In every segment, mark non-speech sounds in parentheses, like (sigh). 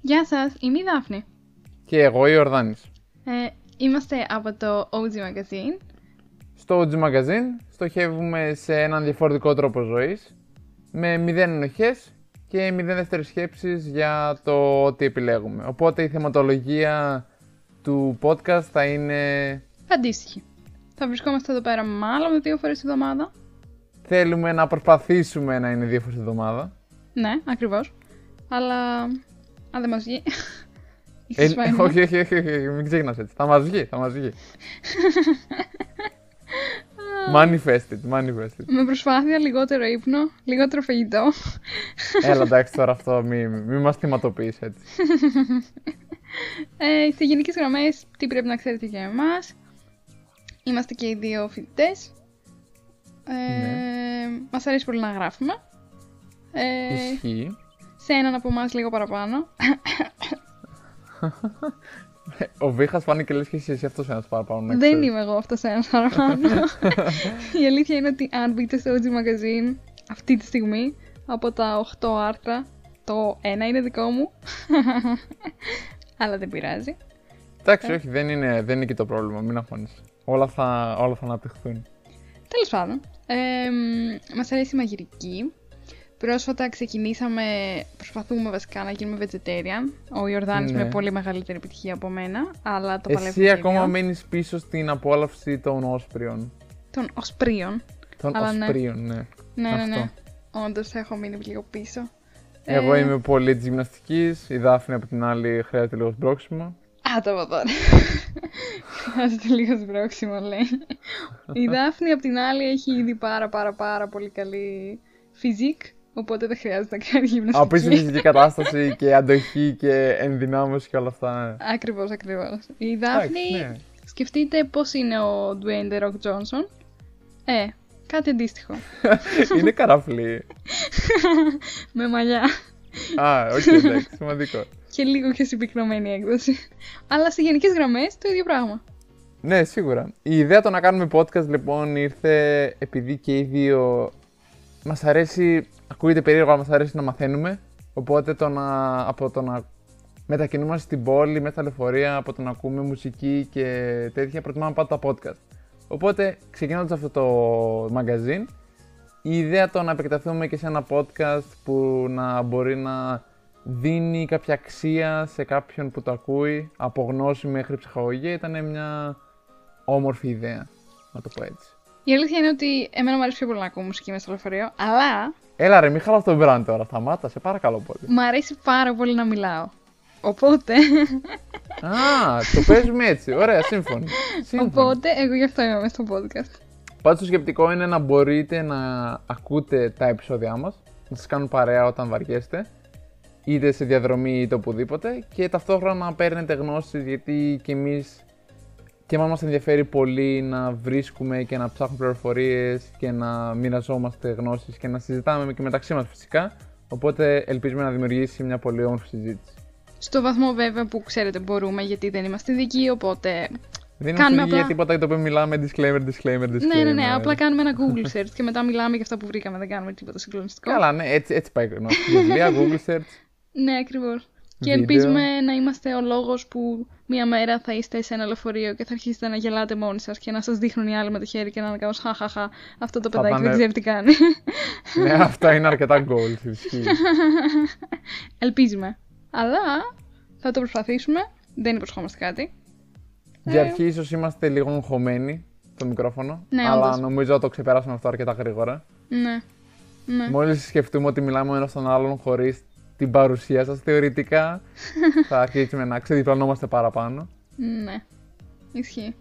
Γεια σας, είμαι η Δάφνη. Και εγώ η Ορδάνης. Ε, είμαστε από το OG Magazine. Στο OG Magazine στοχεύουμε σε έναν διαφορετικό τρόπο ζωής, με μηδέν ενοχές και μηδέν δεύτερες σκέψεις για το ότι επιλέγουμε. Οπότε η θεματολογία του podcast θα είναι... Αντίστοιχη. Θα βρισκόμαστε εδώ πέρα μάλλον δύο φορές τη βδομάδα. Θέλουμε να προσπαθήσουμε να είναι δύο φορές τη εβδομάδα. Ναι, ακριβώς. Αλλά αν δεν μας βγει, (laughs) η Ε, ξεσπάει μου. (laughs) όχι, όχι, όχι, όχι, μην ξεχνάς έτσι. Θα μας βγει, θα μας βγει. manifested, (laughs) manifested. με προσπάθεια, λιγότερο ύπνο, λιγότερο φαγητό. Έλα εντάξει τώρα αυτό, μη, μη μας θυματοποιείς έτσι. Ε, σε γενικές γραμμές, τι πρέπει να ξέρετε για εμάς. Είμαστε και οι δύο φοιτητές. Ε, Ναι. Μας αρέσει πολύ να γράφουμε. Ε, Ισχύει. σε έναν από εμάς λίγο παραπάνω. Ο Βίχας φάνηκε λες και εσύ, εσύ αυτός ένας παραπάνω. να Δεν ξέρεις. είμαι εγώ αυτός ένας παραπάνω. (laughs) Η αλήθεια είναι ότι αν μπείτε στο OG Magazine αυτή τη στιγμή, από τα 8 άρθρα, το ένα είναι δικό μου. (laughs) Αλλά δεν πειράζει. Ε. Εντάξει, όχι, δεν είναι, δεν είναι και το πρόβλημα, μην αγχώνεσαι. Όλα θα, όλα θα αναπτυχθούν. Τέλος πάντων, ε, μας αρέσει η μαγειρική. Πρόσφατα ξεκινήσαμε, προσπαθούμε βασικά να γίνουμε vegetarian. Ο Ιορδάνης Ναι. με πολύ μεγαλύτερη επιτυχία από μένα, αλλά το παλεύουμε. Εσύ και οι ακόμα δύο. μένει πίσω στην απόλαυση των όσπριων. Των οσπρίων. Των Αλλά ναι. όσπριων, ναι. Ναι, ναι, ναι. Αυτό. Όντως έχω μείνει λίγο πίσω. Εγώ Ε, είμαι πολύ τη γυμναστική. Η Δάφνη από την άλλη χρειάζεται λίγο (laughs) μπρόξιμο. Άτομα τώρα. Χρειάζεται λίγο σμπρόξιμο, λέει. Η Δάφνη απ' την άλλη έχει ήδη πάρα πάρα πάρα πολύ καλή φυσικ, οπότε δεν χρειάζεται να κάνει γυμναστική. Απίστευτη φυσική κατάσταση και αντοχή και ενδυνάμωση και όλα αυτά. (laughs) ναι. Ακριβώς, ακριβώς. Η Εντάξει, Δάφνη, ναι. σκεφτείτε πώς είναι ο Dwayne The Rock Johnson. Ε, κάτι αντίστοιχο. είναι καραφλή. Με μαλλιά Α, οκ, εντάξει, σημαντικό. και λίγο πιο συμπυκνωμένη έκδοση. Αλλά σε γενικές γραμμές το ίδιο πράγμα. Ναι, σίγουρα. Η ιδέα το να κάνουμε podcast λοιπόν ήρθε επειδή και οι δύο μας αρέσει, ακούγεται περίεργο, αλλά μας αρέσει να μαθαίνουμε. Οπότε το να, από το να μετακινούμαστε στην πόλη, μέσα στα λεωφορεία, από το να ακούμε μουσική και τέτοια, προτιμάμε πάντα τα podcast. Οπότε ξεκινώντας αυτό το μαγκαζίν, η ιδέα το να επεκταθούμε και σε ένα podcast που να μπορεί να δίνει κάποια αξία σε κάποιον που το ακούει, από γνώση μέχρι ψυχαγωγία, ήταν μια όμορφη ιδέα, να το πω έτσι. Η αλήθεια είναι ότι εμένα μου αρέσει πιο πολύ να ακούω μουσική μέσα στο λεωφορείο, αλλά Έλα ρε, μη χαλάς τον brand τώρα, σταμάτα, σε παρακαλώ πολύ. Μ' αρέσει πάρα πολύ να μιλάω. Οπότε, Α, το παίζουμε έτσι, ωραία, σύμφωνοι. σύμφωνοι. οπότε εγώ γι' αυτό είμαι μέσα στο podcast. Πάντως το σκεπτικό είναι να μπορείτε να ακούτε τα επεισόδια μας, να σας κάνουν παρέα όταν βαριέστε, είτε σε διαδρομή είτε οπουδήποτε και ταυτόχρονα να παίρνετε γνώσεις γιατί και εμείς και εμάς μας ενδιαφέρει πολύ να βρίσκουμε και να ψάχνουμε πληροφορίες και να μοιραζόμαστε γνώσεις και να συζητάμε και μεταξύ μας φυσικά, οπότε ελπίζουμε να δημιουργήσει μια πολύ όμορφη συζήτηση. Στο βαθμό βέβαια που ξέρετε μπορούμε γιατί δεν είμαστε δικοί, οπότε... Δεν Κάνουμε είναι απλά... για απλά- τίποτα για το οποίο μιλάμε. Disclaimer, disclaimer, disclaimer. Ναι, ναι, ναι, απλά κάνουμε ένα Google search και μετά μιλάμε για αυτά που βρήκαμε, δεν κάνουμε τίποτα συγκλονιστικό. Καλά, ναι, έτσι, έτσι πάει η γνώση. Βιβλία, Google search. Ναι, ακριβώς. Και Βίντεο. ελπίζουμε να είμαστε ο λόγος που μία μέρα θα είστε σε ένα λεωφορείο και θα αρχίσετε να γελάτε μόνοι σας και να σας δείχνουν οι άλλοι με το χέρι και να είναι κάπως χαχαχα, αυτό το παιδάκι πάνε- δεν ξέρει τι κάνει. (laughs) ναι, αυτά είναι αρκετά goals. ισχύει. Ελπίζουμε. Αλλά θα το προσπαθήσουμε, δεν υποσχόμαστε κάτι. για αρχή, ίσως είμαστε λίγο αγχωμένοι το μικρόφωνο. Ναι, αλλά όντως. νομίζω ότι το ξεπεράσαμε αυτό αρκετά γρήγορα. Ναι. Ναι. Μόλις σκεφτούμε ότι μιλάμε ο ένας τον άλλον χωρίς την παρουσία σας, (laughs) θεωρητικά θα αρχίσουμε να ξεδιπλανόμαστε παραπάνω. Ναι. Ισχύει.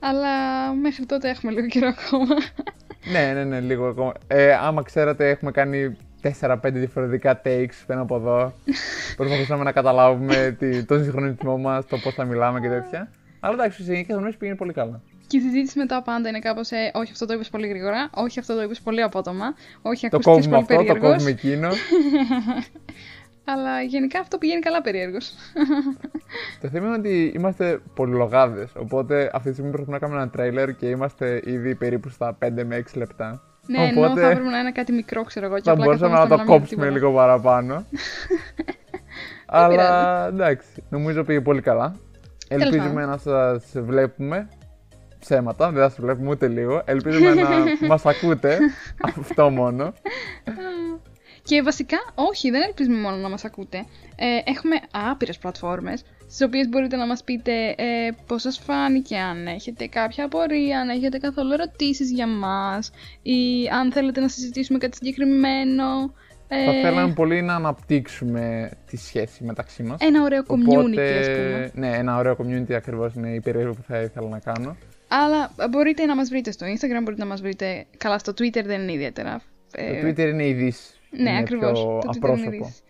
Αλλά μέχρι τότε έχουμε λίγο καιρό ακόμα. ναι, ναι, ναι, λίγο ακόμα. Ε, άμα ξέρατε, έχουμε κάνει 4-5 διαφορετικά takes πέρα (laughs) από εδώ. Προσπαθούσαμε να καταλάβουμε τι, τον συγχρονισμό μας, το πώς θα μιλάμε και τέτοια. Αλλά εντάξει, σε γενικές γνώμες πήγαινε πολύ καλά. Και η συζήτηση μετά πάντα είναι κάπως. Ε, όχι, αυτό το είπες πολύ γρήγορα. Όχι, αυτό το είπες πολύ απότομα. Όχι, Το ακούστηκε κόβουμε πολύ αυτό, το περίεργος. κόβουμε εκείνο. Αλλά γενικά αυτό πηγαίνει καλά περίεργος. Το θέμα είναι ότι είμαστε πολυλογάδες. Οπότε αυτή τη στιγμή προσπαθούμε να κάνουμε ένα τρέιλερ και είμαστε ήδη περίπου στα 5 με 6 λεπτά. ναι, ενώ θα οπότε έπρεπε να είναι κάτι μικρό, ξέρω εγώ. Και θα απλά μπορούσαμε να καθόμαστε το μιλάμε για κόψουμε (laughs) τίποτα. λίγο παραπάνω. Αλλά εντάξει, νομίζω πήγε πολύ καλά. Τέλος Ελπίζουμε να σας βλέπουμε. Ψέματα, δεν θα σας βλέπουμε ούτε λίγο. Ελπίζουμε να (laughs) μας ακούτε. Αυτό μόνο. Ε. Και βασικά, όχι, δεν ελπίζουμε μόνο να μας ακούτε. Ε, έχουμε άπειρες πλατφόρμες, στις οποίες μπορείτε να μας πείτε ε, πώς σας φάνηκε, αν έχετε κάποια απορία, αν έχετε καθόλου ερωτήσεις για μας, ή αν θέλετε να συζητήσουμε κάτι συγκεκριμένο. Ε, Θα θέλαμε πολύ να αναπτύξουμε τη σχέση μεταξύ μας. Ένα ωραίο community, ας πούμε. ναι, ένα ωραίο community ακριβώς είναι η περίεργη που θα ήθελα να κάνω. Αλλά μπορείτε να μας βρείτε στο Instagram, μπορείτε να μας βρείτε. Καλά, στο Twitter δεν είναι ιδιαίτερα. Το Twitter είναι ειδήσει. Ε, ναι, ακριβώς. Πιο Το Twitter είναι απρόσωπο. ειδήσεις.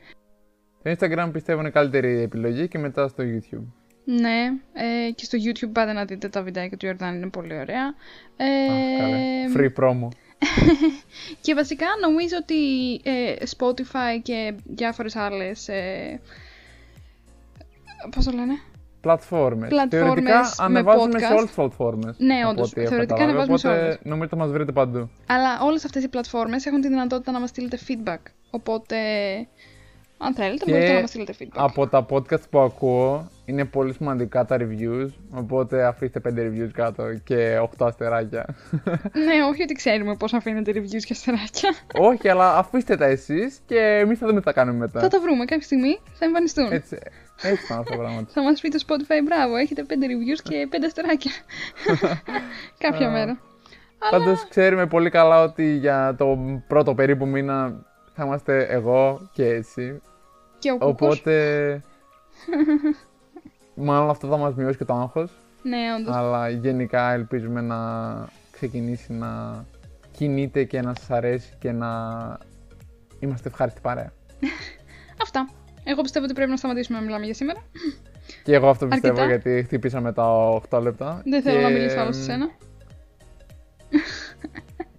Το Instagram πιστεύω είναι η καλύτερη επιλογή και μετά στο YouTube. Ναι, ε, και στο YouTube πάτε να δείτε τα βιντεάκια του Ιορδάνη, είναι πολύ ωραία. Ε, Α, καλέ. Free promo. και βασικά νομίζω ότι ε, Spotify και διάφορες άλλες... Ε, πώς το λένε? Πλατφόρμες. Πλατφόρμες Θεωρητικά με ανεβάζουμε σε podcast. όλες τις πλατφόρμες. Ναι, από όντως. ό,τι έχω Θεωρητικά καταλάβει, ανεβάζουμε σε Οπότε όλες. νομίζω θα μας βρείτε παντού. Αλλά όλες αυτές οι πλατφόρμες έχουν τη δυνατότητα να μας στείλετε feedback. Οπότε, αν θέλετε, Και μπορείτε να μας στείλετε feedback. Από τα podcast που ακούω είναι πολύ σημαντικά τα reviews. Οπότε αφήστε 5 reviews κάτω και 8 αστεράκια. Ναι, όχι ότι ξέρουμε πώς αφήνετε reviews και αστεράκια. Όχι, αλλά αφήστε τα εσείς και εμείς θα δούμε τι θα κάνουμε μετά. θα τα βρούμε κάποια στιγμή, θα εμφανιστούν. Έτσι, έτσι πάνε αυτά τα πράγματα. Θα μας πει το Spotify, μπράβο, έχετε 5 reviews και 5 (laughs) αστεράκια. Κάποια μέρα. Πάντως ξέρουμε πολύ καλά ότι για το πρώτο περίπου μήνα θα είμαστε εγώ και εσύ. Και ο Κούκος, Οπότε. μάλλον αυτό θα μας μειώσει και το άγχος. ναι, όντως. Αλλά γενικά ελπίζουμε να ξεκινήσει να κινείται και να σας αρέσει και να είμαστε ευχάριστη παρέα. Αυτά. Εγώ πιστεύω ότι πρέπει να σταματήσουμε να μιλάμε για σήμερα. Και εγώ αυτό πιστεύω Αρκετά. γιατί χτυπήσαμε τα 8 λεπτά. Δεν θέλω και, να μιλήσω άλλο σε εμ, σένα.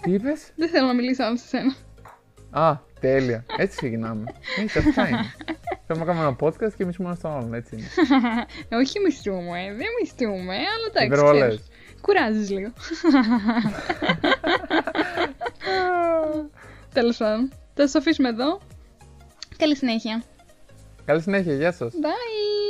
Τι είπες? Δεν θέλω να μιλήσω άλλο σε σένα. Α, τέλεια. Έτσι ξεκινάμε. Έτσι, αυτά είναι. Θέλουμε να κάνουμε ένα podcast και εμείς μόνο στον άλλον, έτσι είναι. Ε, Όχι, μισθούμε. Δεν μισθούμε, αλλά εντάξει. Υπερβολές. ξέρεις. Κουράζεις λίγο. Τέλος πάντων. Θα σας αφήσουμε εδώ. Καλή συνέχεια. Καλή συνέχεια, γεια σας. Bye.